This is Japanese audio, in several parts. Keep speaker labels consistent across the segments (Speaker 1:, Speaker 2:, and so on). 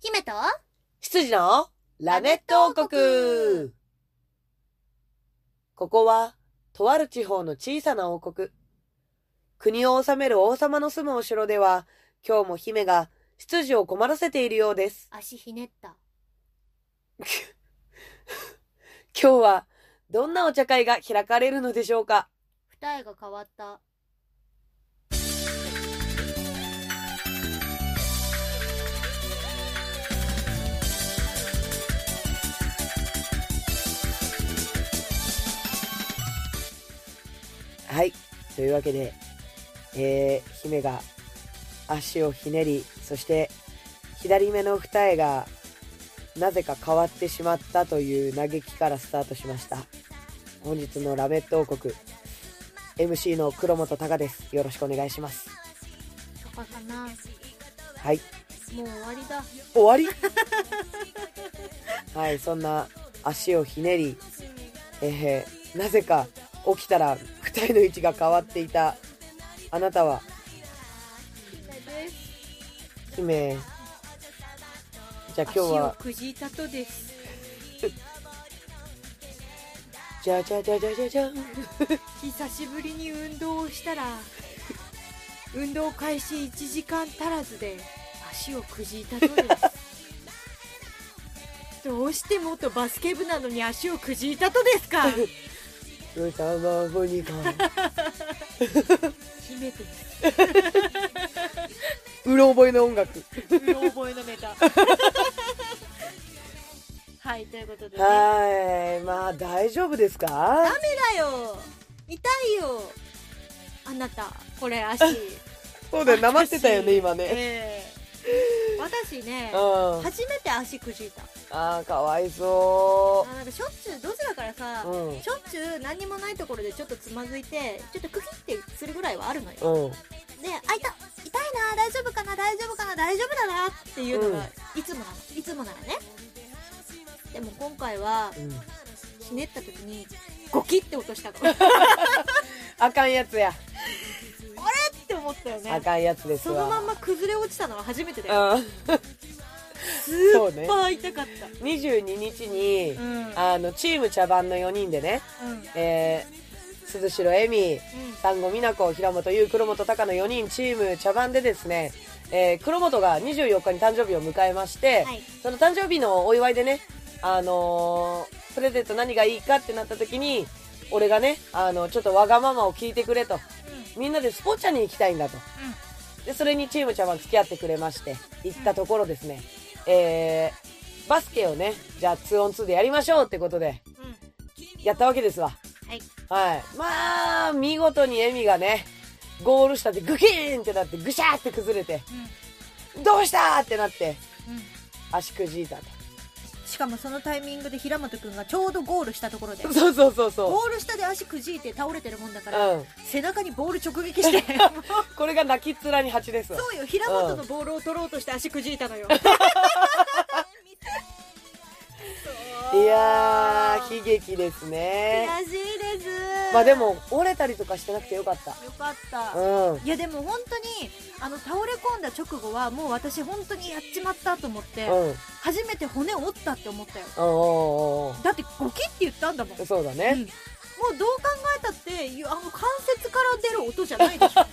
Speaker 1: 姫と
Speaker 2: 羊のラネット王国ここは、とある地方の小さな王国。国を治める王様の住むお城では、今日も姫が執事を困らせているようです。
Speaker 1: 足ひねった。
Speaker 2: 今日は、どんなお茶会が開かれるのでしょうか
Speaker 1: 二重が変わった。
Speaker 2: はい。というわけで、えー、姫が足をひねり、そして左目の二重がなぜか変わってしまったという嘆きからスタートしました。本日のラメット王国、MC の黒本隆です。よろしくお願いします。
Speaker 1: 高かな。も
Speaker 2: はい。
Speaker 1: う終わりだ。
Speaker 2: 終わりはい、そんな足をひねり、えーなぜか起きたら二重の位置が変わっていたあなたは
Speaker 1: です。
Speaker 2: 姫じゃあ今日は
Speaker 1: くじいたとです。
Speaker 2: じゃじゃじゃじゃじゃじゃん
Speaker 1: 久しぶりに運動をしたら、運動開始1時間足らずで足をくじいたと です。どうして元バスケ部なのに足をくじいたとです か
Speaker 2: よさまごにか
Speaker 1: 姫です。
Speaker 2: うろ覚えの音楽
Speaker 1: うろ覚えのネ タ。 はい、ということで、ね。
Speaker 2: はいまあ大丈夫ですか
Speaker 1: だよ痛いよあなたこれ 足
Speaker 2: そうだよなまってたよね
Speaker 1: 足
Speaker 2: 今ね
Speaker 1: ええ私ね
Speaker 2: うんあ
Speaker 1: 初めて足くじいた
Speaker 2: ーかわいそ
Speaker 1: あなんかしょっちゅうどちらからさ、
Speaker 2: ううん
Speaker 1: しょっちゅう何にもないところでちょっとつまずいてちょっとクヒってするぐらいはあるのよ
Speaker 2: うん
Speaker 1: であ痛痛いな大丈夫かな大丈夫かな大丈夫だなっていうのがいつもなの、いつもならねでも今回は
Speaker 2: うん
Speaker 1: ひねった時にゴキって落としたから っ
Speaker 2: あかんやつや
Speaker 1: て思ったよね
Speaker 2: あかんやつです
Speaker 1: その
Speaker 2: わ
Speaker 1: まんま崩れ落ちたのは初めてだよ
Speaker 2: うん
Speaker 1: ス
Speaker 2: そう
Speaker 1: ー
Speaker 2: ね
Speaker 1: パー痛かった
Speaker 2: 22日に
Speaker 1: うんうん
Speaker 2: あのチーム茶番の4人でねえー、鈴代恵美丹後美奈子平本優黒本隆の4人チーム茶番でですね、えー、黒本が24日に誕生日を迎えまして、
Speaker 1: はい
Speaker 2: その誕生日のお祝いでね、あのープレゼント何がいいかってなった時に俺がねあのちょっとわがままを聞いてくれとみんなでスポッチャに行きたいんだと、でそれにチーム茶番付き合ってくれまして行ったところですね、えー、バスケをねじゃあ 2on2 でやりましょうってことで
Speaker 1: うんうん
Speaker 2: やったわけですわ
Speaker 1: はい
Speaker 2: はい。まあ、見事にエミがね、ゴール下でグキーンってなって、ぐしゃーって崩れて、どうしたーってなって、
Speaker 1: うんうん
Speaker 2: 足くじいたと。
Speaker 1: しかもそのタイミングで平本くんがちょうどゴールしたところで
Speaker 2: そうそうそうそ
Speaker 1: ゴール下で足くじいて倒れてるもんだ
Speaker 2: う。
Speaker 1: から、
Speaker 2: うん。
Speaker 1: 背中にボール直撃 して
Speaker 2: これが泣きっ面に蜂ですわ。
Speaker 1: そうよ平本のボールを取ろうとして足くじいたのよ
Speaker 2: いやー、悲劇です
Speaker 1: 悔
Speaker 2: ね。
Speaker 1: しいです
Speaker 2: まあでも、折れたりとかしてなくてよかっ
Speaker 1: よかった
Speaker 2: た。うん。
Speaker 1: いやでも本当にあの倒れ込んだ直後はもう私本当にやっちまったと思って、
Speaker 2: うん。うん。
Speaker 1: 初めて骨折ったって思ったよ
Speaker 2: おーおーお
Speaker 1: だってゴキって言ったんだもん、
Speaker 2: ーそうだ
Speaker 1: うんも
Speaker 2: ね。
Speaker 1: うどう考えたっていやあの関節から出る音じゃないでしょ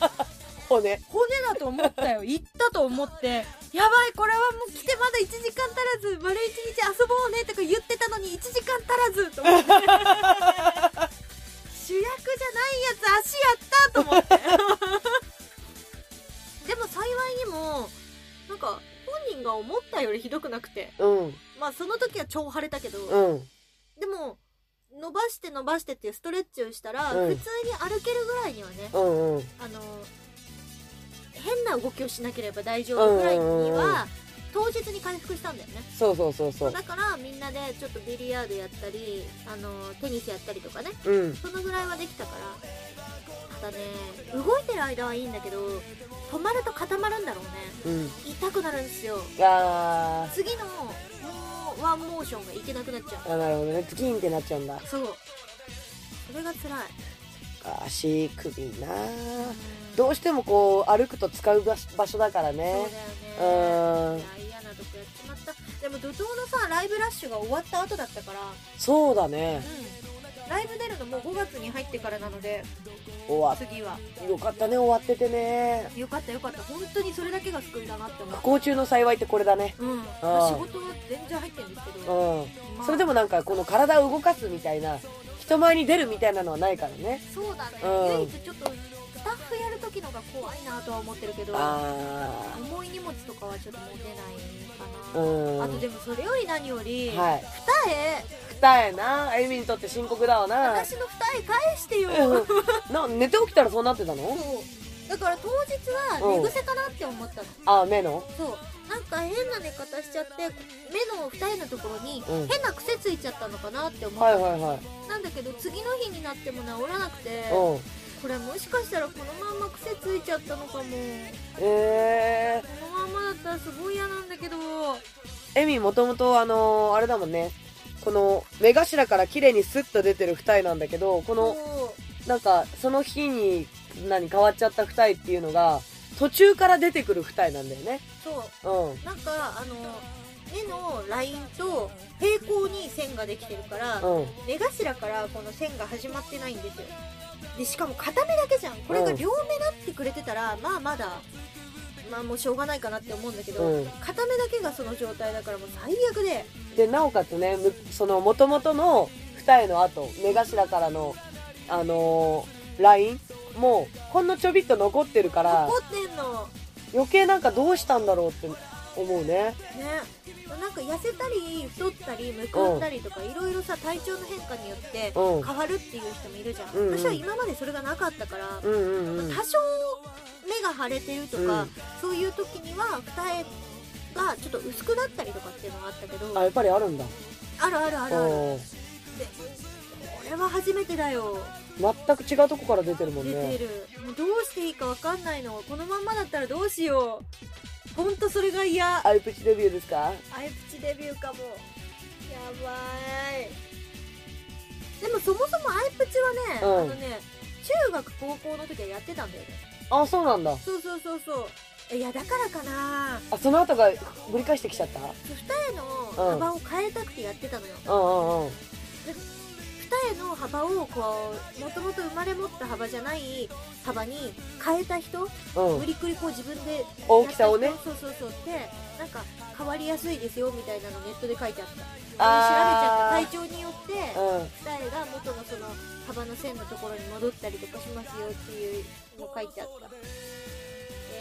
Speaker 2: 骨。
Speaker 1: 骨だと思ったよ言ったと思ってやばいこれはもう来てまだ1時間足らず丸1日遊ぼうねとか言ってたのに1時間足らずと思って主役じゃないやつ足やったと思ってでも幸いにもなんか本人が思ったよりひどくなくて
Speaker 2: うん。
Speaker 1: まあその時は超腫れたけど、
Speaker 2: うん。
Speaker 1: でも伸ばして伸ばしてっていうストレッチをしたら、
Speaker 2: うん
Speaker 1: 普通に歩けるぐらいにはね
Speaker 2: うんうん。
Speaker 1: あの変な動きをしなければ大丈夫ぐらいに
Speaker 2: うんうんうんうん
Speaker 1: は当日に回復したんだよね
Speaker 2: そうそうそうそう。
Speaker 1: だからみんなでちょっとビリヤードやったりあのテニスやったりとかね
Speaker 2: うん。
Speaker 1: そのぐらいはできたからただね動いてる間はいいんだけど止まると固まるんだろうね
Speaker 2: うん。
Speaker 1: 痛くなるんですよ
Speaker 2: あ
Speaker 1: 次のもうワンモーションがいけなくなっちゃう
Speaker 2: ー。あなるほどね。ズキーンってなっちゃうんだ。
Speaker 1: そうそれが辛い
Speaker 2: 足首などうしてもこう歩くと使う場所場所だから
Speaker 1: そうだ
Speaker 2: ね
Speaker 1: よ
Speaker 2: う
Speaker 1: ね
Speaker 2: ーん
Speaker 1: いや嫌なとこやっちまったでも怒涛のさライブラッシュが終わった後だったから
Speaker 2: そうだね
Speaker 1: うんライブ出るのもう5月に入ってからなので
Speaker 2: 終わっ
Speaker 1: 次は
Speaker 2: よかったね終わっててね
Speaker 1: よかったよかった本当にそれだけが救いだなって思
Speaker 2: 不
Speaker 1: う
Speaker 2: 幸中の幸いってこれだね
Speaker 1: うん、仕事
Speaker 2: あー
Speaker 1: は全然入ってるんですけ
Speaker 2: う
Speaker 1: ど、
Speaker 2: ん
Speaker 1: まあ
Speaker 2: それでもなんかこの体を動かすみたいな人前に出るみたいなのはないからね
Speaker 1: そうだね、
Speaker 2: うん
Speaker 1: 唯一ちょっとスタッフやる時のが怖いなとは思ってるけど
Speaker 2: あ
Speaker 1: 重い荷物とかはちょっと持てない
Speaker 2: あう
Speaker 1: か
Speaker 2: ん
Speaker 1: な、
Speaker 2: は
Speaker 1: あとでもそれより何より、
Speaker 2: い
Speaker 1: 二重
Speaker 2: 二重なあゆみにとって深刻だ わな
Speaker 1: 私の二重返してよ、
Speaker 2: うんな寝て起きたらそうなってたの
Speaker 1: そうだから当日は寝癖かなって思ったの、
Speaker 2: あ目の
Speaker 1: そうなんか変な寝方しちゃって目の二重のところに
Speaker 2: うん
Speaker 1: 変な癖ついちゃったのかなって思っ
Speaker 2: はい
Speaker 1: た、
Speaker 2: はいはい
Speaker 1: なんだけど次の日になっても治らなくて
Speaker 2: うん
Speaker 1: これもしかしたらこのまんま癖ついちゃったのかもこ
Speaker 2: え
Speaker 1: のまんまだったらすごい嫌なんだけど
Speaker 2: ー、エミもともとあのーあれだもんねこの目頭から綺麗にスッと出てる二重なんだけどこの
Speaker 1: そ
Speaker 2: なんかその日に何変わっちゃった二重っていうのが途中から出てくる二重なんだよね
Speaker 1: うそ
Speaker 2: うん
Speaker 1: うなんかあの目のラインと平行に線ができてるから、
Speaker 2: うん
Speaker 1: 目頭からこの線が始まってないんですよでしかも片目だけじゃんこれが
Speaker 2: うん
Speaker 1: 両目なってくれてたら、まあまだまあもうしょうがないかなって思うんだけど、
Speaker 2: うん
Speaker 1: 片目だけがその状態だからもう最悪で
Speaker 2: でなおかつねむそのもともとの二重の後目頭からのあのーラインもほんのちょびっと残ってるから
Speaker 1: 怒ってんの
Speaker 2: 余計なんかどうしたんだろうって思うね
Speaker 1: ねなんか痩せたり太ったりむくんだりとかいろいろさ体調の変化によって
Speaker 2: うん
Speaker 1: 変わるっていう人もいるじゃん、
Speaker 2: うんうん
Speaker 1: 私は今までそれがなかったから、
Speaker 2: うんうんうん
Speaker 1: 多少目が腫れてるとか、
Speaker 2: うん
Speaker 1: そういう時には二重がちょっと薄くなったりとかっていうのがあったけど
Speaker 2: あやっぱりあるんだ
Speaker 1: あるあるあるある
Speaker 2: うん
Speaker 1: でこれは初めてだよ
Speaker 2: 全く違うとこから出てるもん
Speaker 1: 出て
Speaker 2: ね
Speaker 1: るもうどうしていいかわかんないのこのまんまだったらどうしようほんとそれが嫌
Speaker 2: アイプチデビューですか
Speaker 1: アイプチデビューかもやばいでもそもそもアイプチはね、
Speaker 2: うん
Speaker 1: あのね中学高校の時はやってたんだよね
Speaker 2: あそうなんだ
Speaker 1: そうそうそうそういやだからかな
Speaker 2: あその後がぶり返してきちゃった
Speaker 1: 二重の幅を変えたくてやってたのよ、
Speaker 2: うんうんうん
Speaker 1: 二重の幅をこうもともと生まれ持った幅じゃない幅に変えた人
Speaker 2: うん
Speaker 1: 無理くりこう自分で
Speaker 2: 大きさをね
Speaker 1: やった人そうそうそうってなんか変わりやすいですよみたいなのネットで書いてあった
Speaker 2: あー
Speaker 1: 調べちゃった体調によって
Speaker 2: うん
Speaker 1: 二重が元のその幅の線のところに戻ったりとかしますよっていうの書いてあった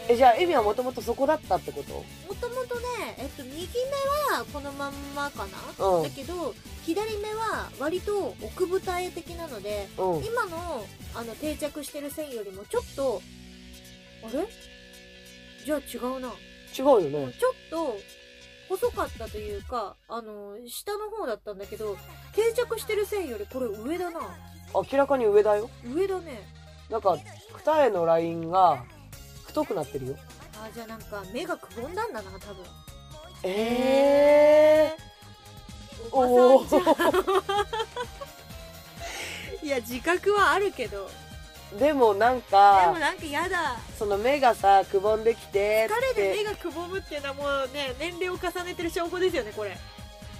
Speaker 2: えじゃあエミはもともとそこだったってこと
Speaker 1: もともとね、えっと、右目はこのまんまかな、
Speaker 2: うん
Speaker 1: だけど左目は割と奥二重的なので
Speaker 2: うん
Speaker 1: 今のあの定着してる線よりもちょっとあれじゃあ違うな
Speaker 2: 違うよ
Speaker 1: ちょっ
Speaker 2: ね
Speaker 1: と細かったというかあの下の方だったんだけど定着してる線よりこれ上だな
Speaker 2: 明らかに上だよ
Speaker 1: 上だね
Speaker 2: なんか二重のラインが太くなってるよ
Speaker 1: あじゃあなんか目がくぼんだんだな多分
Speaker 2: え
Speaker 1: おばさんじゃ んいや自覚はあるけど
Speaker 2: ー、でもなん
Speaker 1: で
Speaker 2: か
Speaker 1: もなんかやだ
Speaker 2: その目がさくぼんできてっ
Speaker 1: 疲れで目
Speaker 2: て
Speaker 1: がくぼむっていうのはもうね年齢を重ねてる証拠ですよねこれ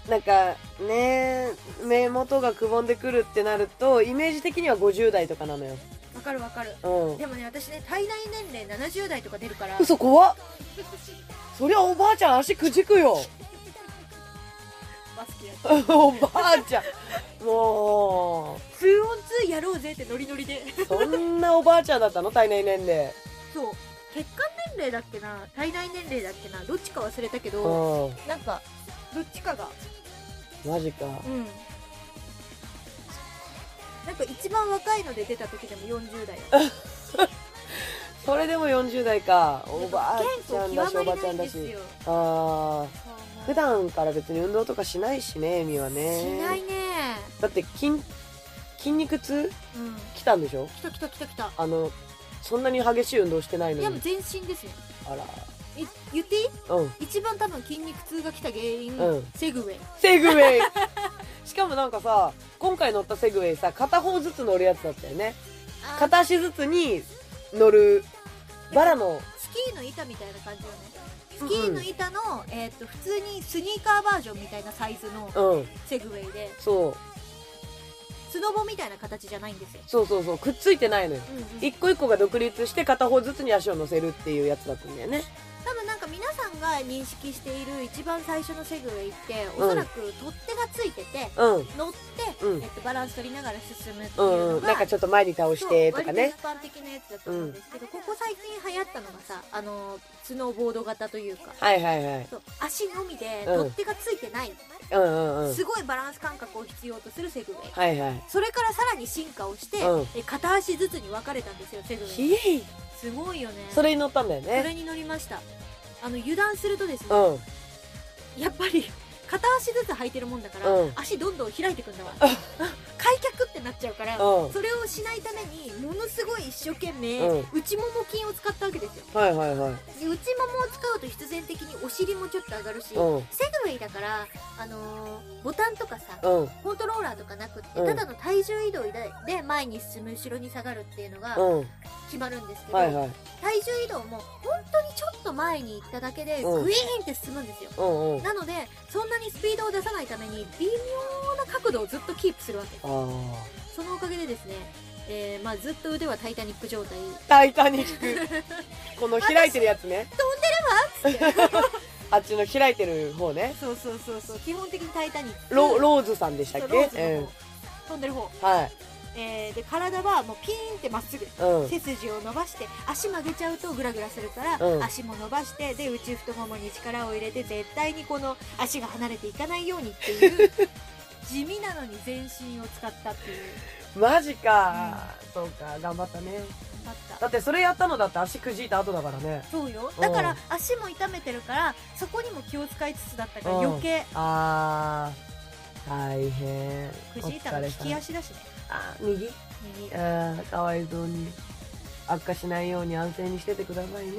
Speaker 2: なんかね目元がくぼんでくるってなるとイメージ的には50代とかなのよ
Speaker 1: わかるわかる
Speaker 2: うん
Speaker 1: でもね私ね体内年齢70代とか出るから
Speaker 2: 嘘怖っそりゃおばあちゃん足くじくよ
Speaker 1: バスケやって
Speaker 2: おばあちゃんも
Speaker 1: 2オン2やろうぜってノリノリで
Speaker 2: うそんなおばあちゃんだったの体内年齢
Speaker 1: そう血管年齢だっけな体内年齢だっけなどっちか忘れたけど
Speaker 2: う
Speaker 1: なんかどっちかが
Speaker 2: んマジか
Speaker 1: うんなんか一番若いので出た時でも40代だった
Speaker 2: それでも40代かおばあちゃんだしお
Speaker 1: 健康極ま
Speaker 2: ばあ
Speaker 1: り
Speaker 2: ち
Speaker 1: ない
Speaker 2: ゃん
Speaker 1: ん
Speaker 2: だ
Speaker 1: です
Speaker 2: し
Speaker 1: よ
Speaker 2: ああ普段から別に運動とかしないしねエミはね
Speaker 1: しないね
Speaker 2: だって筋筋肉痛
Speaker 1: うん
Speaker 2: 来たんでしょ
Speaker 1: 来た来た来た来た
Speaker 2: あのそんなに激しい運動してない
Speaker 1: いやもう
Speaker 2: のに
Speaker 1: 全身ですね
Speaker 2: あ
Speaker 1: い言っていい
Speaker 2: らうん
Speaker 1: 一番多分筋肉痛が来た原因、
Speaker 2: うん
Speaker 1: セグウェイ
Speaker 2: セグウェイ しかもなんかさ今回乗ったセグウェイさ片方ずつ乗るやつだったよね
Speaker 1: あー
Speaker 2: 片足ずつに乗るバラの
Speaker 1: スキーの板みたいな感じよねスキーの板の、えーっと普通にスニーカーバージョンみたいなサイズの
Speaker 2: うん
Speaker 1: セグウェイで
Speaker 2: そう
Speaker 1: スノボみたいな形じゃないんですよ、
Speaker 2: そうそうそうくっついてないのよ
Speaker 1: うんうん
Speaker 2: 一個一個が独立して片方ずつに足を乗せるっていうやつだったんだよね
Speaker 1: 多分なんか皆さんが認識している一番最初のセグウェイっておそらく取っ手がついてて、
Speaker 2: うん
Speaker 1: 乗って、
Speaker 2: うん
Speaker 1: えっと、バランス取りながら進むっていううんの
Speaker 2: うん
Speaker 1: が、
Speaker 2: なんかちょっと前に倒してと
Speaker 1: そう
Speaker 2: か
Speaker 1: 割
Speaker 2: ね
Speaker 1: と一般的なやつだと思うんですけど、ここ最近流行ったのがさあのスノーボード型というか
Speaker 2: はいはいはい
Speaker 1: そう足のみで
Speaker 2: うん
Speaker 1: 取っ手がついてない、
Speaker 2: うんうんうん
Speaker 1: すごいバランス感覚を必要とするセグウェイ
Speaker 2: はいはい
Speaker 1: それからさらに進化をして、
Speaker 2: うん
Speaker 1: え片足ずつに分かれたんですよセグウェイ
Speaker 2: ひえい
Speaker 1: すごいよね
Speaker 2: それに乗ったんだよ
Speaker 1: そ
Speaker 2: ね
Speaker 1: れに乗りましたあの油断するとです
Speaker 2: う
Speaker 1: ね、
Speaker 2: んうん
Speaker 1: やっぱり片足ずつ履いてるもんだから、
Speaker 2: うん
Speaker 1: 足どんどん開いてくんだわ 開脚ってなっちゃうから、それをしないためにものすごい一生懸命、
Speaker 2: うん
Speaker 1: 内もも筋を使ったわけですよ
Speaker 2: はいはいはい
Speaker 1: で内ももを使うと必然的にお尻もちょっと上がるし、
Speaker 2: うん
Speaker 1: セグウェイだから、あのーボタンとかさ、
Speaker 2: うん
Speaker 1: コントローラーとかなくって、
Speaker 2: うん
Speaker 1: ただの体重移動でで前に進む後ろに下がるっていうのが
Speaker 2: うん
Speaker 1: 決まるんですけど、
Speaker 2: はいはい
Speaker 1: 体重移動も本当にちょっと前に行っただけでグイ
Speaker 2: う
Speaker 1: ー
Speaker 2: ん
Speaker 1: ンって進むんですよ、
Speaker 2: うんうんあ
Speaker 1: なのでそんなにスピードを出さないために微妙な角度をずっとキープするわけ
Speaker 2: あ
Speaker 1: そのおかげでですね、えーまあ、ずっと腕はタイタニック状態
Speaker 2: タイタニック この開いてるやつね
Speaker 1: 飛んでるわっつって
Speaker 2: あっちの開いてる方ね
Speaker 1: そうそうそうそう基本的にタイタニック
Speaker 2: ロローズさんでした
Speaker 1: そ
Speaker 2: っ
Speaker 1: うローズの
Speaker 2: け
Speaker 1: 方、
Speaker 2: うん
Speaker 1: 飛んでる方、
Speaker 2: はい
Speaker 1: えーで体はもうピーンってまっすぐ
Speaker 2: うん
Speaker 1: 背筋を伸ばして足曲げちゃうとグラグラするから、
Speaker 2: うん
Speaker 1: 足も伸ばしてで内太ももに力を入れて絶対にこの足が離れていかないようにっていう 地味なのに全身を使ったっていう
Speaker 2: マジかそうか頑張ったね
Speaker 1: だった
Speaker 2: だってそれやったのだって足くじいた後だからね
Speaker 1: そうよ
Speaker 2: うん
Speaker 1: だから足も痛めてるからそこにも気を使いつつだったから
Speaker 2: うん
Speaker 1: 余計
Speaker 2: あー大変
Speaker 1: くじいたの利き足だしね
Speaker 2: あー右
Speaker 1: 右、うん、
Speaker 2: あーかわいそうに悪化しないように安静にしててくださいね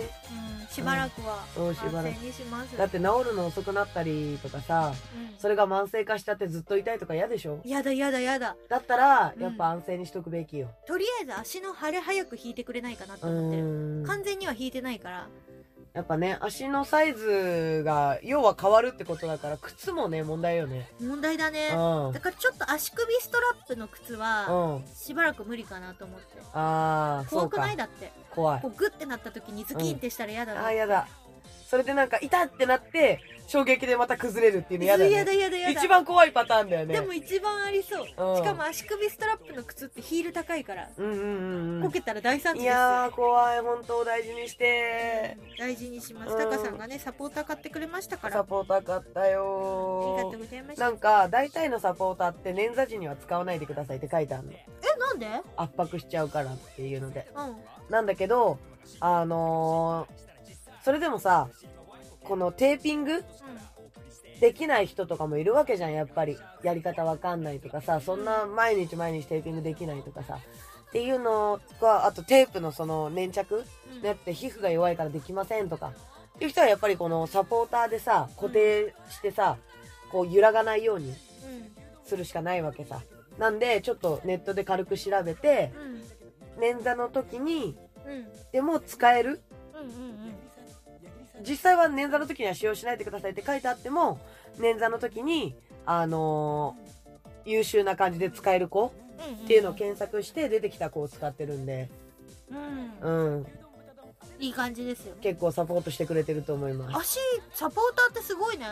Speaker 1: しばらくは
Speaker 2: そうしばらく
Speaker 1: 安静にします
Speaker 2: だって治るの遅くなったりとかさ
Speaker 1: うん
Speaker 2: それが慢性化しちゃってずっと痛いとか嫌でしょ
Speaker 1: やだやだやだ
Speaker 2: だったら
Speaker 1: うん
Speaker 2: やっぱ安静にしとくべきよ
Speaker 1: とりあえず足の腫れ早く引いてくれないかなと
Speaker 2: う
Speaker 1: 思ってる
Speaker 2: ーん
Speaker 1: 完全には引いてないから
Speaker 2: やっぱね足のサイズが要は変わるってことだから靴もね問題よね
Speaker 1: 問題だね
Speaker 2: うん
Speaker 1: だからちょっと足首ストラップの靴は
Speaker 2: うん
Speaker 1: しばらく無理かなと思って
Speaker 2: ああそ
Speaker 1: 怖
Speaker 2: う
Speaker 1: く
Speaker 2: か
Speaker 1: ないだって
Speaker 2: 怖い
Speaker 1: こうグッてなった時にズキンってしたら嫌だ
Speaker 2: あ
Speaker 1: な、
Speaker 2: あやだそれでなんか痛ってなって衝撃でまた崩れるっていうの
Speaker 1: や
Speaker 2: やだ,、
Speaker 1: だ
Speaker 2: ね、
Speaker 1: やだやだやだ
Speaker 2: 一番怖いパターンだよね
Speaker 1: でも一番ありそう、
Speaker 2: うん
Speaker 1: しかも足首ストラップの靴ってヒール高いから
Speaker 2: うんうんうん
Speaker 1: こ
Speaker 2: う
Speaker 1: けたら大惨事
Speaker 2: ん
Speaker 1: で
Speaker 2: い
Speaker 1: すよ
Speaker 2: やー怖い本当大事にして
Speaker 1: 大事にします、
Speaker 2: うん
Speaker 1: タカさんがねサポーター買ってくれましたからあ
Speaker 2: サポーター買った
Speaker 1: りがと
Speaker 2: よ
Speaker 1: うございまし
Speaker 2: ー
Speaker 1: た
Speaker 2: なんか大体のサポーターって捻挫時には使わないでくださいって書いてあるの
Speaker 1: えなんで
Speaker 2: 圧迫しちゃうからっていうので
Speaker 1: うん
Speaker 2: なんだけどあのーそれでもさこのテーピングできない人とかもいるわけじゃんやっぱりやり方わかんないとかさそんな毎日毎日テーピングできないとかさっていうのがあとテープのその粘着
Speaker 1: うん、うん
Speaker 2: だって皮膚が弱いからできませんとかっていう人はやっぱりこのサポーターでさ固定してさこう揺らがないようにするしかないわけさなんでちょっとネットで軽く調べて
Speaker 1: うんうん
Speaker 2: 捻挫の時に
Speaker 1: うん
Speaker 2: でも使える
Speaker 1: うんうん
Speaker 2: 実際は捻挫の時には使用しないでくださいって書いてあっても捻挫の時にあのー優秀な感じで使える子
Speaker 1: うん
Speaker 2: っていうのを検索して出てきた子を使ってるんで、
Speaker 1: うん
Speaker 2: うん、
Speaker 1: いい感じですよね
Speaker 2: 結構サポートしてくれてると思いま
Speaker 1: 足
Speaker 2: す
Speaker 1: サポーターってすごいね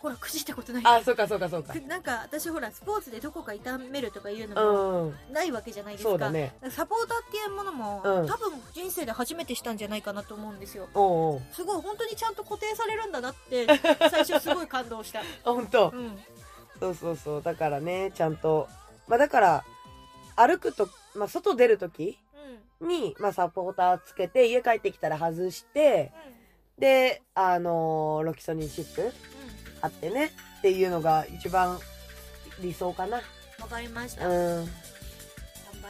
Speaker 1: ほらくじったことない
Speaker 2: あそうかそうかそうか
Speaker 1: くなんか私ほらスポーツでどこか痛めるとかいうのも
Speaker 2: うん
Speaker 1: ないわけじゃないですか、
Speaker 2: そうだね
Speaker 1: サポーターっていうものも、
Speaker 2: うん
Speaker 1: 多分人生で初めてしたんじゃないかなと思うんですよ
Speaker 2: おうおう
Speaker 1: すごい本当にちゃんと固定されるんだなって 最初すごい感動した、
Speaker 2: あ本当
Speaker 1: うん、
Speaker 2: そうそうそうだからねちゃんとまあだから歩くと、まあ、外出る時に、まあ、サポーターつけて家帰ってきたら外してであのーロキソニンシップ
Speaker 1: う
Speaker 2: あってねっていうのが一番理想かな
Speaker 1: わ、かりました
Speaker 2: う
Speaker 1: 頑
Speaker 2: ん
Speaker 1: 張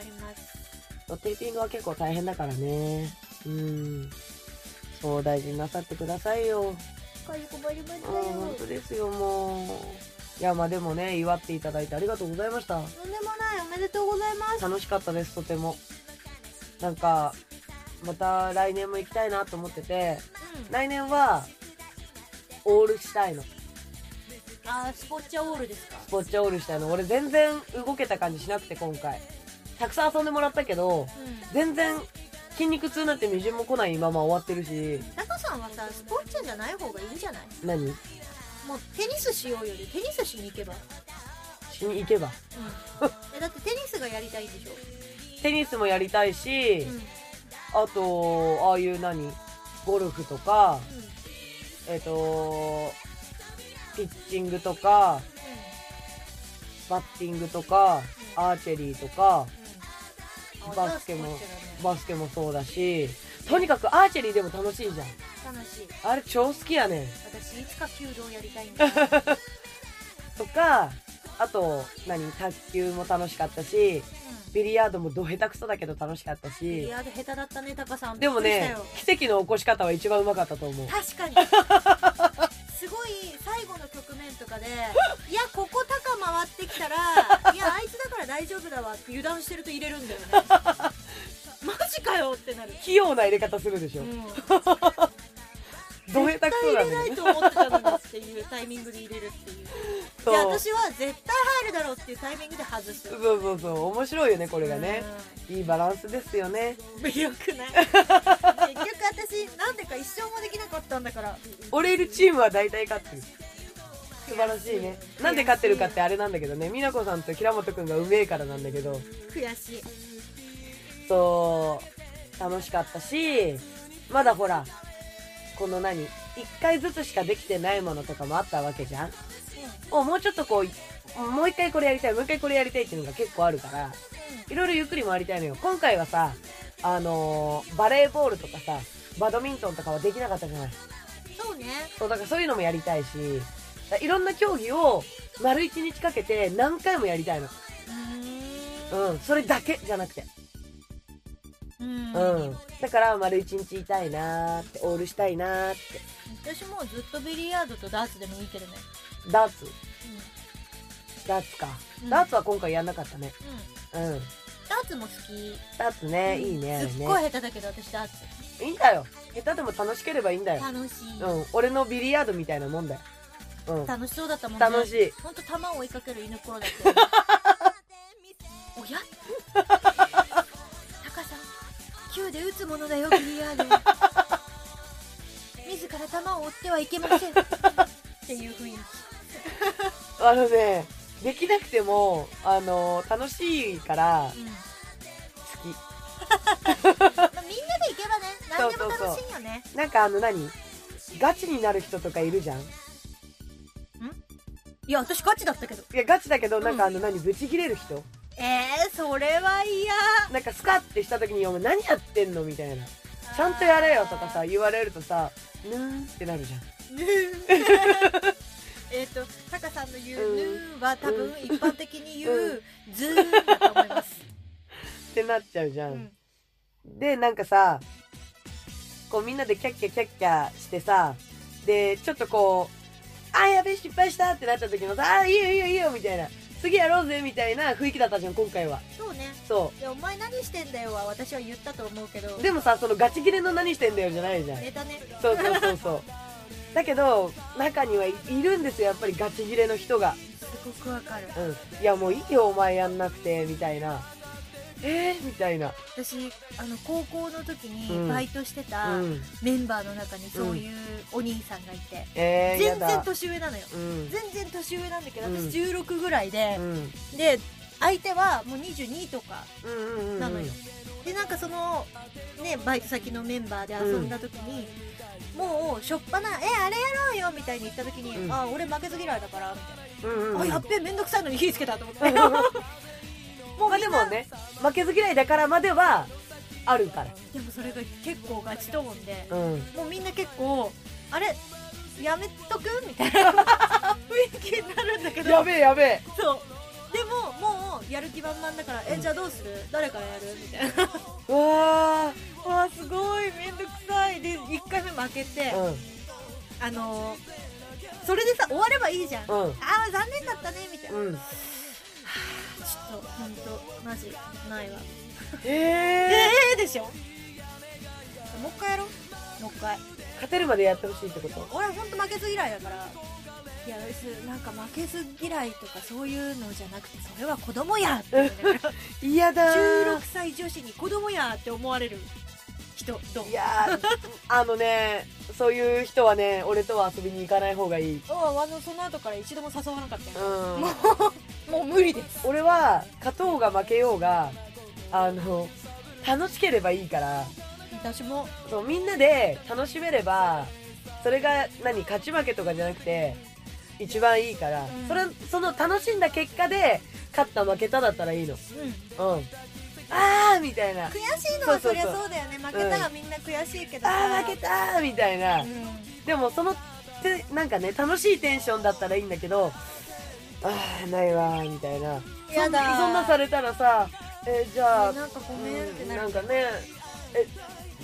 Speaker 1: ります
Speaker 2: テーピングは結構大変だからねうんそう大事になさってくださいよ
Speaker 1: かゆくばりました
Speaker 2: うん本当ですよもういや、まあでもね、祝っていただいてありがとうございました。
Speaker 1: とんでもないおめでとうございます
Speaker 2: 楽しかったです、とても。なんか、また来年も行きたいなと思ってて、
Speaker 1: うん
Speaker 2: 来年は、オールしたいの。ス
Speaker 1: あースポッチャオールですか
Speaker 2: ポッチャオールしたいの。俺全然動けた感じしなくて、今回。たくさん遊んでもらったけど、
Speaker 1: うん
Speaker 2: 全然筋肉痛なんてみじんも来ないまま終わってるし、
Speaker 1: 中さんはさスポッチャじゃない方がいいんじゃない
Speaker 2: 何
Speaker 1: もうテニスしようよりテニスしに行けば
Speaker 2: しに行けば。
Speaker 1: うんえだってテニスがやりたいんでしょ、
Speaker 2: テニスもやりたいし、
Speaker 1: うんうん、
Speaker 2: あと、ああいう何ゴルフとか、えっ、と、ピッチングとか、バッティングとか、アーチェリーと
Speaker 1: う
Speaker 2: か、
Speaker 1: んうんあ
Speaker 2: バスケも
Speaker 1: じゃあスポッチャだね
Speaker 2: バスケもそうだし、とにかくアーチェリーでも楽しいじゃん。
Speaker 1: 楽しい
Speaker 2: あれ超好きやねん。
Speaker 1: 私いつか弓道やりたいんだ
Speaker 2: とか、あと、何卓球も楽しかったし、ビリヤードもど下手くそだけど楽しかった
Speaker 1: ビリ
Speaker 2: し、
Speaker 1: ヤード下手だったねタカさん
Speaker 2: でも
Speaker 1: びっくりし
Speaker 2: ね
Speaker 1: たよ、
Speaker 2: 奇跡の起こし方は一番うまかったと思う。
Speaker 1: 確かにすごい最後の局面とか でいやここ高回ってきたらいやあいつだから大丈夫だわって油断してると入れるんだよ ねマジかよってなる、
Speaker 2: 器用な入れ方するでし
Speaker 1: う
Speaker 2: ょ。
Speaker 1: ん、絶
Speaker 2: ど下手
Speaker 1: 対
Speaker 2: くそ
Speaker 1: 入
Speaker 2: なん
Speaker 1: れな
Speaker 2: だけ
Speaker 1: い
Speaker 2: ど。
Speaker 1: と思ってたのにっていうタイミングで入れるっていう
Speaker 2: そ
Speaker 1: いうや私は絶対入るだろうっていうタイミングで外す
Speaker 2: そうそうそう面白いよねこれがねいいバランスですよね
Speaker 1: うんよくない結局私なんでか一生もできなかったんだから
Speaker 2: 俺いるチームは大体勝ってる素晴らしいねなんで勝ってるかってあれなんだけどね美奈子さんと平本くんがうめえからなんだけど
Speaker 1: 悔しい
Speaker 2: そう楽しかったしまだほらこの何1回ずつしかできてないものとかもあったわけじゃんおもうちょっとこうもう一回これやりたいもう一回これやりたいっていうのが結構あるからいろいろゆっくり回りたいのよ今回はさあのーバレーボールとかさバドミントンとかはできなかったじゃない
Speaker 1: そうね
Speaker 2: そうだからそういうのもやりたいしだいろんな競技を丸一日かけて何回もやりたいのうんそれだけじゃなくて
Speaker 1: うん
Speaker 2: うんだから丸一日いたいなーってオールしたいなーって
Speaker 1: 私もうずっとビリヤードとダーツでもいいけどね
Speaker 2: ダーツダーツか、
Speaker 1: うん
Speaker 2: ダーツは今回やんなかったね
Speaker 1: うん、うん、
Speaker 2: うん
Speaker 1: ダーツも好き
Speaker 2: ダーツね、いいねあれ
Speaker 1: すっごい
Speaker 2: ね
Speaker 1: 下手だけど私ダーツ
Speaker 2: いいんだよ下手でも楽しければいいんだよ
Speaker 1: 楽しい、
Speaker 2: うん俺のビリヤードみたいなもんだようん
Speaker 1: 楽しそうだったもんね
Speaker 2: 楽しい
Speaker 1: ほんと球を追いかける犬こ ろだったよねおやタカさん球で打つものだよビリヤード自ら球を追ってはいけませんっていう雰囲気
Speaker 2: あのね、できなくても、あの楽しいから、
Speaker 1: うん
Speaker 2: 好
Speaker 1: まあみんなで行けばね何でも楽しいよね
Speaker 2: き。なんかあの何ガチになる人とかいるじゃんい
Speaker 1: いや私ガチだったけど
Speaker 2: や、ガチだけど、
Speaker 1: ん
Speaker 2: なんかあの何ブチ切れる人
Speaker 1: えー、それは嫌
Speaker 2: なんかスカってした時に、お前何やってんのみたいな。ちゃんとやれよとかさ、言われるとさ、ぬーんってなるじゃん。
Speaker 1: ぬー えっとタカさんの言う
Speaker 2: うん
Speaker 1: 「ぬー」は多
Speaker 2: う
Speaker 1: 分
Speaker 2: ん
Speaker 1: 一般的に言う「ずーん」だと思います、
Speaker 2: ってなっちゃうじゃ。
Speaker 1: うんん
Speaker 2: で、なんかさ、こうみんなでキャッキャキャッキャしてさ、で、ちょっとこう、あ、やべえ、失敗したってなった時のさ、あ、いいよいいよいいよみたいな。次やろうぜみたいな雰囲気だったじゃん、今回は。
Speaker 1: そうね
Speaker 2: そう。
Speaker 1: いやお前何してんだよは私は言ったと思うけど
Speaker 2: でもさそのガチ切れの何してんだよじゃないじゃん
Speaker 1: ネタね
Speaker 2: そうそうそうそうだけど中にはい、いるんですよやっぱりガチ切れの人が
Speaker 1: すごくわかる
Speaker 2: 「うん、いやもういいよお前やんなくて」みたいな「えー?」みたいな
Speaker 1: 私あの高校の時
Speaker 2: うん
Speaker 1: にバイトして
Speaker 2: 「う
Speaker 1: た
Speaker 2: ん、
Speaker 1: メンバーの中にそういうお兄さんがいて、
Speaker 2: えー、や
Speaker 1: 全然
Speaker 2: だ」
Speaker 1: 年上なのよ
Speaker 2: うん
Speaker 1: 全然年上なんだけど
Speaker 2: うん
Speaker 1: 私16ぐらいで
Speaker 2: う、ん
Speaker 1: で相手はもう22とか
Speaker 2: うんうんうん
Speaker 1: なのよ、でなんかそのねバイト先のメンバーで遊んだ時に、もうしょっぱな「えあれやろうよ」みたいに言った時に「
Speaker 2: うん
Speaker 1: あ俺負けず嫌いだから」みたいな
Speaker 2: うんうん
Speaker 1: 「
Speaker 2: うん
Speaker 1: あやっべえめんどくさいのに火つけた」と思 って
Speaker 2: まあでもね負けず嫌いだからまではあるから
Speaker 1: でもそれが結構ガチトーンで、
Speaker 2: うん
Speaker 1: もうみんな結構「あれやめとく?」みたい な雰囲気になるんだけど
Speaker 2: やべえやべえ
Speaker 1: そうでももうやる気満々だから「えじゃあどうする誰からやる?」みたいな
Speaker 2: うわ
Speaker 1: わあすごいめんどくさいで1回目負けて、
Speaker 2: ーうん
Speaker 1: あのーそれでさ終わればいいじゃん、
Speaker 2: うん
Speaker 1: ああ残念だったねみたいな、
Speaker 2: うん
Speaker 1: ちょっと本当マジないわ
Speaker 2: へ
Speaker 1: え
Speaker 2: え
Speaker 1: えでしょもう一回やろうもう一回
Speaker 2: 勝てるまでやってほしいってこと
Speaker 1: 俺本当負けず嫌いだからいや別になんか負けず嫌いとかそういうのじゃなくてそれは子供やって言うんだよね
Speaker 2: 嫌だ
Speaker 1: 16歳女子に子供やって思われる人どう
Speaker 2: いやーあのねそういう人はね俺とは遊びに行かない方がいい
Speaker 1: ああのその後から一度も誘わなかった
Speaker 2: う
Speaker 1: よ、
Speaker 2: ん
Speaker 1: もうもう無理です
Speaker 2: 俺は勝とうが負けようがあの楽しければいいから
Speaker 1: 私も
Speaker 2: そうみんなで楽しめればそれが何勝ち負けとかじゃなくて一番いいから、
Speaker 1: うん
Speaker 2: それその楽しんだ結果で勝った負けただったらいいの
Speaker 1: うん
Speaker 2: うんああみたいな
Speaker 1: 悔しいのは
Speaker 2: そ
Speaker 1: そう
Speaker 2: そうそう
Speaker 1: りゃそうだよね負けたらみんな悔しいけど
Speaker 2: ああ負けたーみたいな、
Speaker 1: うん
Speaker 2: でもそのてなんかね楽しいテンションだったらいいんだけどああないわーみたいな
Speaker 1: やだー
Speaker 2: そんそんなされたらさえーじゃあ
Speaker 1: なんかごめんって
Speaker 2: うん
Speaker 1: なる
Speaker 2: なんかねえ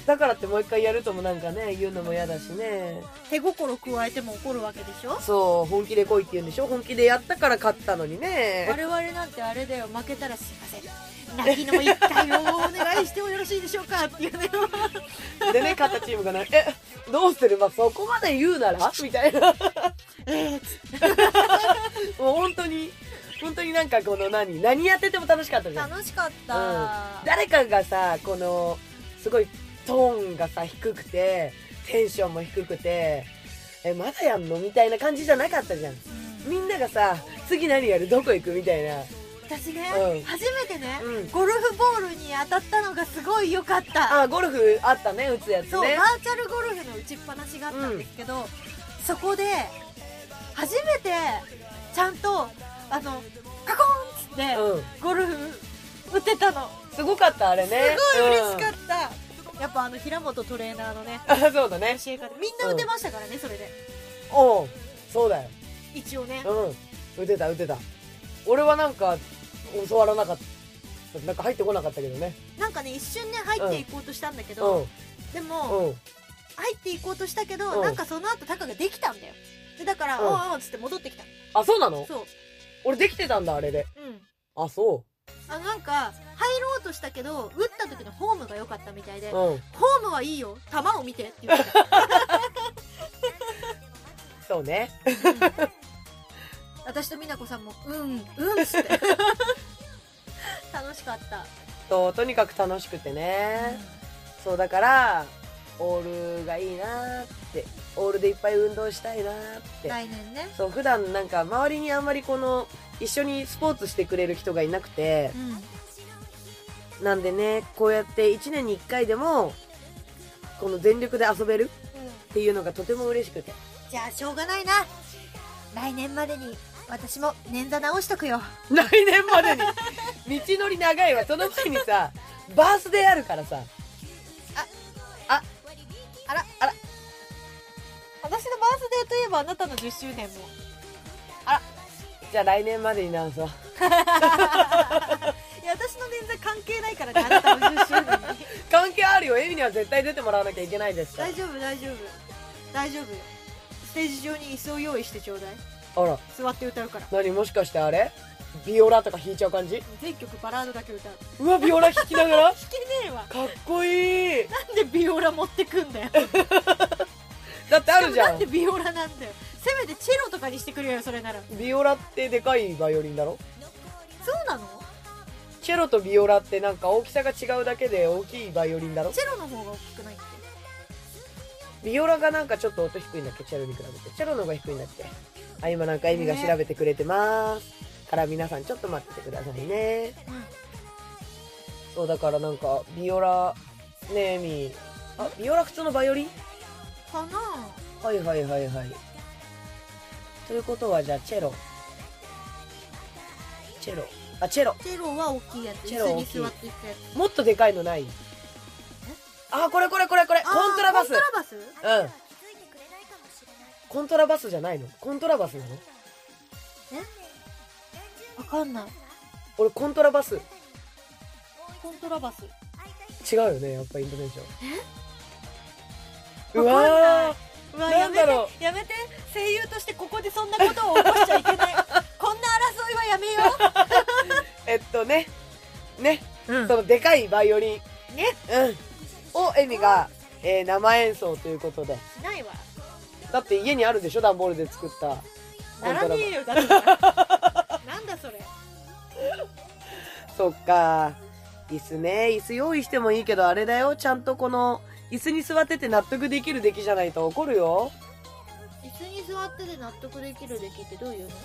Speaker 2: だからってもう一回やるともなんかね言うのも嫌だしね
Speaker 1: 手心加えても怒るわけでしょ
Speaker 2: そう本気で来いって言うんでしょ本気でやったから勝ったのにね
Speaker 1: 我々なんてあれだよ負けたらすいません泣きの一回をお願いしてもよろしいでしょうかっていうね
Speaker 2: でね勝ったチームがねえどうすればそこまで言うならみたいなも
Speaker 1: えーつって
Speaker 2: う本当に本当になんかこの何何やってても楽しかったじゃん
Speaker 1: 楽しかっ
Speaker 2: うん、
Speaker 1: た、
Speaker 2: 誰かがさこのすごいトーンがさ低くてテンションも低くてえまだやんのみたいな感じじゃなかったじゃん
Speaker 1: うん
Speaker 2: みんながさ次何やるどこ行くみたいな
Speaker 1: 私ね、
Speaker 2: うん
Speaker 1: 初めてね、
Speaker 2: うん
Speaker 1: ゴルフボールに当たったのがすごい良かった
Speaker 2: あゴルフあったね打つやつ
Speaker 1: そう、
Speaker 2: ね
Speaker 1: バーチャルゴルフの打ちっぱなしがあったんですけど、そこで初めてちゃんとあのカコンっつって、
Speaker 2: うん
Speaker 1: ゴルフ打ってたの
Speaker 2: すごかったあれ
Speaker 1: す
Speaker 2: ね
Speaker 1: ごい嬉しか
Speaker 2: っ
Speaker 1: った、やっぱあの平本トレーナーのね
Speaker 2: た、うんあそうだね
Speaker 1: 教え方みんな打てましたからね、それで
Speaker 2: おうそうだよ
Speaker 1: 一応ね
Speaker 2: うん打てた打てた俺はなんか教わらなかったなんか入ってこなかったけどね
Speaker 1: なんかね一瞬ね入っていこうとしたんだけ
Speaker 2: う
Speaker 1: ど、
Speaker 2: ん
Speaker 1: でも、
Speaker 2: うん
Speaker 1: 入っていこうとしたけど、
Speaker 2: うん
Speaker 1: なんかその後タカができたんだよでだから「
Speaker 2: うん
Speaker 1: おうおう」っつって戻ってきた
Speaker 2: あそうなの
Speaker 1: そ
Speaker 2: 俺できてたんだあれで
Speaker 1: ううん
Speaker 2: あそ
Speaker 1: あのなんか入ろうとしたけど打った時のフォームが良かったみたいで
Speaker 2: う
Speaker 1: 「フ
Speaker 2: うん
Speaker 1: ォームはいいよ球を見て」って言ってた
Speaker 2: そうね。
Speaker 1: 私と美奈子さんも「うんうん」っつって楽しかった、
Speaker 2: と、とにかく楽しくてね。そう、だから、オールがいいなーって。オールでいっぱい運動したいなーって。
Speaker 1: 来年ね
Speaker 2: そう、普段なんか周りにあんまりこの、一緒にスポーツしてくれる人がいなくて
Speaker 1: う、ん
Speaker 2: なんでね、こうやって1年に1回でも、この全力で遊べるっていうのがとても嬉しくて。
Speaker 1: じゃあしょうがないな来年までに私も捻挫直しとくよ
Speaker 2: 来年までに、 道のり長いわ。その前にさ、バースデーあるからさ、
Speaker 1: あら
Speaker 2: あら
Speaker 1: 私のバースデーといえばあなたの10周年も
Speaker 2: じゃあ来年までに直そう。
Speaker 1: いや私の捻挫関係ないからねあなたの10周年に
Speaker 2: 関係あるよ。エミには絶対出てもらわなきゃいけないですから
Speaker 1: 大。丈夫大丈夫大丈夫よステージ上に椅子を用意してちょうだい
Speaker 2: あら、
Speaker 1: 座って歌うから
Speaker 2: 何もしかしてあれビオラとか弾いちゃう感じ
Speaker 1: 全曲バラードだけ歌う
Speaker 2: うわ、ビオラ弾きなが ら
Speaker 1: 弾けねえわ
Speaker 2: かっこいい
Speaker 1: なんでビオラ持ってくんだよ
Speaker 2: だってあるじ
Speaker 1: な
Speaker 2: ゃ
Speaker 1: ん
Speaker 2: ん
Speaker 1: でビオラなんだよせめてチェロとかにしてくれよそれなら
Speaker 2: ビオラってでかいバイオリンだろ
Speaker 1: そうなの
Speaker 2: チェロとビオラってなんか大きさが違うだけで大きいバイオリンだろ
Speaker 1: チェロの方が大きくないって
Speaker 2: ビオラがなんかちょっと音低いんだっけチェロに比べてチェロの方が低いんだっけあ、今なんかエミが調べてくれてます、から皆さんちょっと待っててくださいね
Speaker 1: うん
Speaker 2: そうだからなんかビオラねえエミあ、ビオラ普通のバイオリン
Speaker 1: かな
Speaker 2: はいはいはいはいということはじゃあチェロチェロあチェロ
Speaker 1: チェロは大きいやつ
Speaker 2: チ
Speaker 1: 椅
Speaker 2: ェロ
Speaker 1: 子
Speaker 2: 大
Speaker 1: に
Speaker 2: きい
Speaker 1: 座っていくやつ
Speaker 2: もっとでかいのないあこれこれこれこれ
Speaker 1: あー
Speaker 2: コントラバス
Speaker 1: コントラバス
Speaker 2: うんコントラバスじゃないのコントラバスなの
Speaker 1: わかんない
Speaker 2: 俺コントラバス
Speaker 1: コントラバス
Speaker 2: 違うよねやっぱインドネシア
Speaker 1: え
Speaker 2: うわ
Speaker 1: うわ
Speaker 2: な
Speaker 1: や
Speaker 2: ん
Speaker 1: め
Speaker 2: だろ
Speaker 1: てやめて声優としてここでそんなことを起こしちゃいけ ないこんな争いはやめよ
Speaker 2: えっとねね、
Speaker 1: う、
Speaker 2: そのでかいバイオリン、
Speaker 1: ね
Speaker 2: うん、をエミが、えー生演奏ということで
Speaker 1: しないわ
Speaker 2: だって家にあるでしょ段ボールで作った
Speaker 1: ならねえよだってなんだそれ
Speaker 2: そっか椅子ね椅子用意してもいいけどあれだよちゃんとこの椅子に座ってて納得できる出来じゃないと怒るよ
Speaker 1: 椅子に座ってて納得できる出来ってどういうの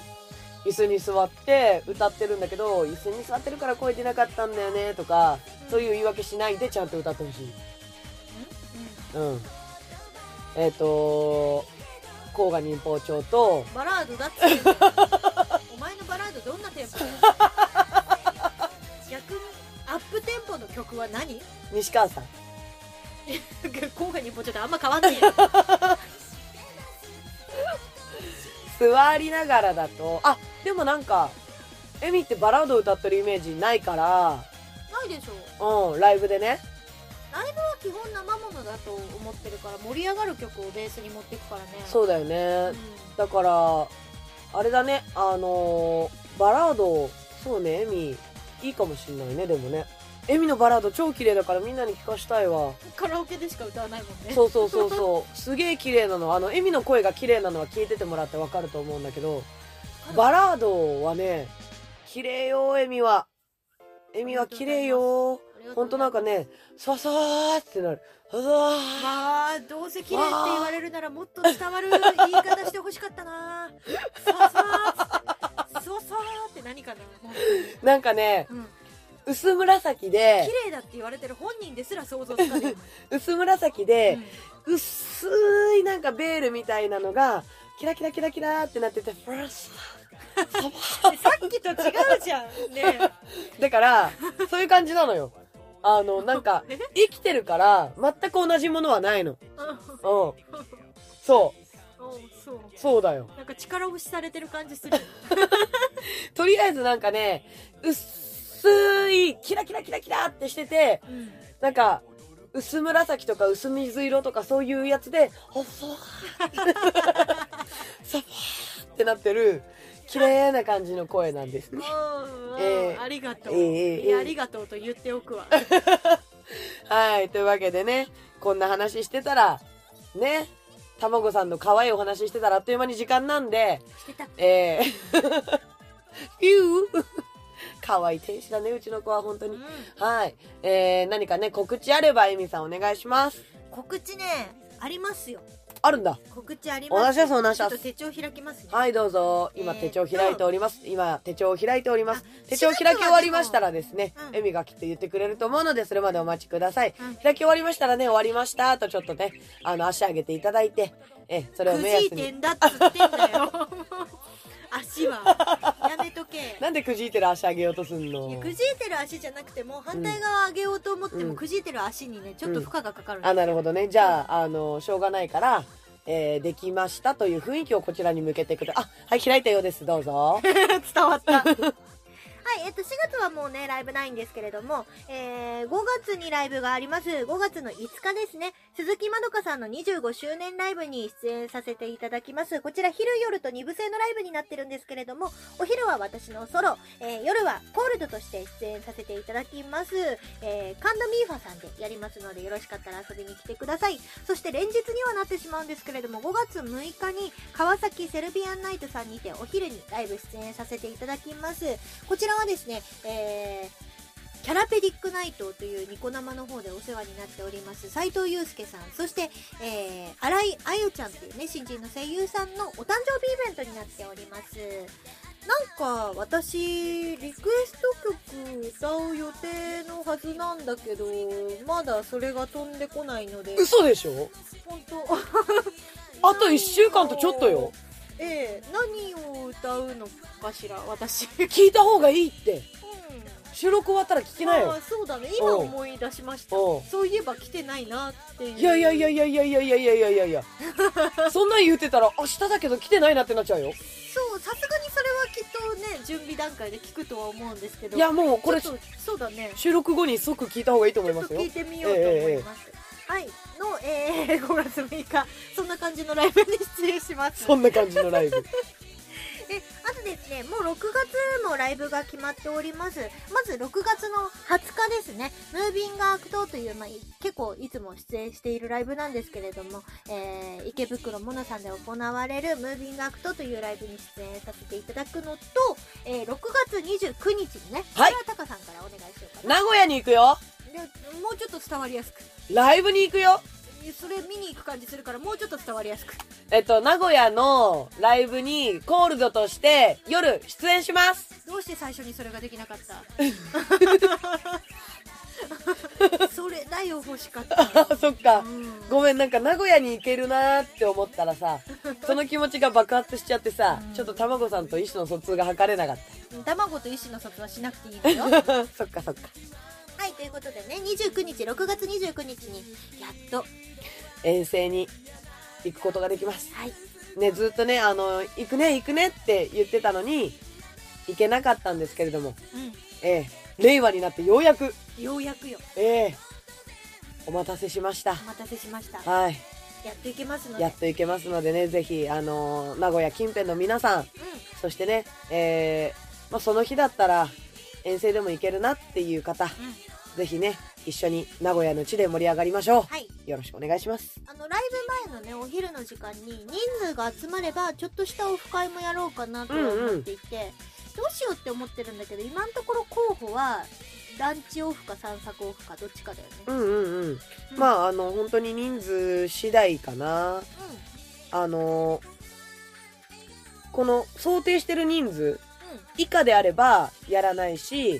Speaker 2: 椅子に座って歌ってるんだけど椅子に座ってるから声出なかったんだよねとかそういう言い訳しないでちゃんと歌ってほしいうんえっ、と甲賀忍法帳と
Speaker 1: バラード だっつってんのお前のバラードどんなテ ンポだよ逆にアップテンポの曲は 何
Speaker 2: 西川さん
Speaker 1: 今回にもちょっとあんま変わんねえよ
Speaker 2: 座りながらだとあでもなんかエミってバラード歌ってるイメージないから
Speaker 1: ないでしょ
Speaker 2: うんライブでね
Speaker 1: まあ基本生ものだと思ってるから盛り上がる曲をベースに持ってくからねう、
Speaker 2: そうだよね
Speaker 1: ん、
Speaker 2: だからあれだねあのーバラードそうねエミいいかもしんないねでもねエミのバラード超綺麗だからみんなに聞かしたいわ
Speaker 1: カラオケでしか歌わないもんね
Speaker 2: そうそうそうそうすげえ綺麗なのあのエミの声が綺麗なのは聞いててもらってわかると思うんだけどバラードはね綺麗よエミはエミは綺麗
Speaker 1: あり
Speaker 2: よ
Speaker 1: がとうございます
Speaker 2: ほんとなんかねささーってなるささー
Speaker 1: まあどうせ綺麗って言われるならもっと伝わる言い方してほしかったなささーそうさーって何かなもう、
Speaker 2: なんかね
Speaker 1: うん、
Speaker 2: 薄紫で
Speaker 1: 綺麗だって言われてる本人ですら想像つかない、
Speaker 2: 薄紫
Speaker 1: う
Speaker 2: で、
Speaker 1: ん、
Speaker 2: 薄いなんかベールみたいなのがキラキラキラキラってなっててフラス
Speaker 1: さっきと違うじゃんね
Speaker 2: だからそういう感じなのよあのなん か
Speaker 1: え
Speaker 2: 生きてるから全く同じものはないの
Speaker 1: うん
Speaker 2: うんそう
Speaker 1: そう
Speaker 2: そうだよ
Speaker 1: なんか力押しされてる感じする
Speaker 2: とりあえずなんかね薄いキラキラキラキラってしてて
Speaker 1: うん
Speaker 2: なんか薄紫とか薄水色とかそういうやつで細いサファーってなってる綺麗な感じの声なんですね
Speaker 1: うん
Speaker 2: えー
Speaker 1: ありがとう、
Speaker 2: えー
Speaker 1: いやありがとうと言っておくわ
Speaker 2: はい、というわけでね、こんな話してたら、ね、たまごさんの可愛いお話してたらあっという間に時間なんで、
Speaker 1: してた
Speaker 2: えー、ピュー可愛い天使だね、うちの子は本当
Speaker 1: う
Speaker 2: に
Speaker 1: ん。
Speaker 2: はい。えー、何かね、告知あれば、エミさんお願いします。
Speaker 1: 告知ねありますよ
Speaker 2: あるんだ。
Speaker 1: 告知あり
Speaker 2: お
Speaker 1: ま
Speaker 2: 話
Speaker 1: す
Speaker 2: します、お話し
Speaker 1: ちょ
Speaker 2: ま
Speaker 1: っと
Speaker 2: す。
Speaker 1: 手帳開きますね
Speaker 2: はい、どうぞ。今、
Speaker 1: えー
Speaker 2: 手帳開いております。今、手帳を開いておりま
Speaker 1: あ。
Speaker 2: す手帳を開き終わりましたらですね
Speaker 1: う、ん
Speaker 2: エミがきっと言ってくれると思うので、それまでお待ちください。
Speaker 1: うん
Speaker 2: 開き終わりましたらね、終わりましたとちょっとね、あの、足上げていただいて、え、それを
Speaker 1: く
Speaker 2: 目安
Speaker 1: じいて
Speaker 2: に。
Speaker 1: んだっつってんだよ 足はやめとけ
Speaker 2: なんでくじいてる足上げようとすん
Speaker 1: いや
Speaker 2: の
Speaker 1: くじいてる足じゃなくても反対側上げようと思って
Speaker 2: う
Speaker 1: も
Speaker 2: ん
Speaker 1: くじいてる足にねちょっと負荷がかかるんです
Speaker 2: あ、なるほどね。じゃあ、あの、しょうがないから、えーできましたという雰囲気をこちらに向けてくだあ、はい、開いたようです。どうぞ。
Speaker 1: 伝わった。はい、えっと、4月はもうね、ライブないんですけれども、えー、5月にライブがあります。5月の5日ですね、鈴木まどかさんの25周年ライブに出演させていただきます。こちら、昼夜と2部制のライブになってるんですけれども、お昼は私のソロ、えー夜はコールドとして出演させていただきます。えー、神田ミーファさんでやりますので、よろしかったら遊びに来てください。そして連日にはなってしまうんですけれども、5月6日に川崎セルビアンナイトさんにてお昼にライブ出演させていただきます。こちらはですね、えーキャラペディックナイトというニコ生の方でお世話になっております斉藤祐介さんそして、えー、新井あゆちゃんっていうね新人の声優さんのお誕生日イベントになっておりますなんか私リクエスト曲歌う予定のはずなんだけどまだそれが飛んでこないので
Speaker 2: 嘘でしょ
Speaker 1: 本当
Speaker 2: あと1週間とちょっとよ。
Speaker 1: ええ何を歌うのかしら私うん
Speaker 2: 聞いた方がいいって。収録終わったら聞けない
Speaker 1: ま
Speaker 2: よ
Speaker 1: あ。そうだね今思い出しました
Speaker 2: おう
Speaker 1: そういえば来てないなっていう
Speaker 2: いやいやいやいやいやいやいやいやいやいやいやそんなん言うてたら明日だけど来てないなってなっちゃうよ
Speaker 1: そうさすがにそれはきっとね準備段階で聞くとは思うんですけど
Speaker 2: いやもうこれ
Speaker 1: ちょっとそうだね
Speaker 2: 収録後に即聞いた方がいいと思
Speaker 1: ち
Speaker 2: い
Speaker 1: ょっ
Speaker 2: ます
Speaker 1: と
Speaker 2: よ
Speaker 1: 聞いてみようと思います、はいの、えー、5月6日 そんな感じのライブに出演します
Speaker 2: そんな感じのライブ
Speaker 1: であとですねもう6月もライブが決まっておりますまず6月の20日ですね「ムービングアクト」という、まあ、い結構いつも出演しているライブなんですけれども、えー池袋モノさんで行われる「ムービングアクト」というライブに出演させていただくのと、えー6月29日にねこ
Speaker 2: は
Speaker 1: れ
Speaker 2: い
Speaker 1: はタカさんからお願いしようかな、
Speaker 2: 名古屋に行くよ
Speaker 1: でもうちょっと伝わりやすく
Speaker 2: ライブに行くよ
Speaker 1: それ見に行く感じするからもうちょっと伝わりやすく
Speaker 2: えっと名古屋のライブにコールドとして夜出演します
Speaker 1: どうして最初にそれができなかった それだよ欲しかった、
Speaker 2: あそっか
Speaker 1: うん
Speaker 2: ごめんなんか名古屋に行けるなーって思ったらさその気持ちが爆発しちゃってさちょっと卵さんと意思の疎通が図れなかっ
Speaker 1: 卵と意思の疎通はしなくていいのよ は
Speaker 2: た そっかそっか
Speaker 1: いということでね29日6月29日にやっと
Speaker 2: 遠征に行くことができます
Speaker 1: はい
Speaker 2: ねずっとねあの行くね行くねって言ってたのに行けなかったんですけれどもええ令和になってようやく
Speaker 1: うんようやくよ
Speaker 2: ええお待たせしました
Speaker 1: お待たせしました
Speaker 2: はい
Speaker 1: やっといけますので
Speaker 2: やっと行けますのでねぜひあの名古屋近辺の皆さん
Speaker 1: う
Speaker 2: そしてね、えーまあ、その日だったら遠征でも行けるなっていう方、
Speaker 1: んうん
Speaker 2: ぜひね、一緒に名古屋の地で盛り上がりましょう。
Speaker 1: はい
Speaker 2: よろしくお願いします。
Speaker 1: あのライブ前のねお昼の時間に人数が集まればちょっとしたオフ会もやろうかなとは思っていて、どうしようって思ってるんだけど今のところ候補はランチオフか散策オフかどっちかだよね、
Speaker 2: うんうんうん。まあ、あの、本当に人数次第かな。
Speaker 1: う
Speaker 2: あの、この想定してる人数
Speaker 1: んうん
Speaker 2: 以下であればやらないし、
Speaker 1: う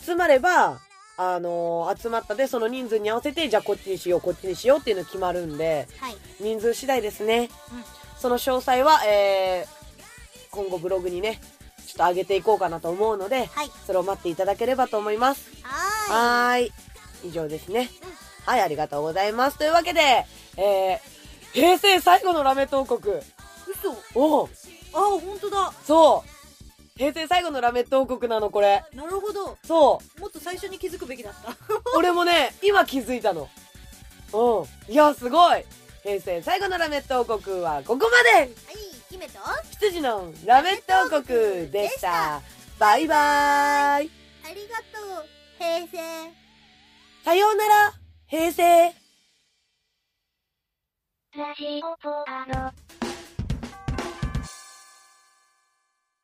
Speaker 2: 集まれば、あの、集まったでその人数に合わせて、じゃあこっちにしよう、こっちにしようっていうの決まるんで、
Speaker 1: んはい
Speaker 2: 人数次第ですね、
Speaker 1: うん
Speaker 2: その詳細は、えー今後ブログにねちょっと上げていこうかなと思うので
Speaker 1: はい
Speaker 2: それを待っていただければと思います
Speaker 1: は
Speaker 2: はーい以上ですねはいありがとうございますというわけで、えー平成最後のラメ東国
Speaker 1: ーい嘘
Speaker 2: おう
Speaker 1: あ本当だ
Speaker 2: そう平成最後のラメ東国なのこれ
Speaker 1: なるほど
Speaker 2: そ
Speaker 1: もっと最初に気づくべきだった
Speaker 2: う俺もね今気づいたのうんいやすごい平成最後のラメ東国はここまで
Speaker 1: はい姫と
Speaker 2: 羊のラメット王国でした。バイバーイ。
Speaker 1: ありがとう平成
Speaker 2: さようなら、平成。
Speaker 3: ラジオポアド。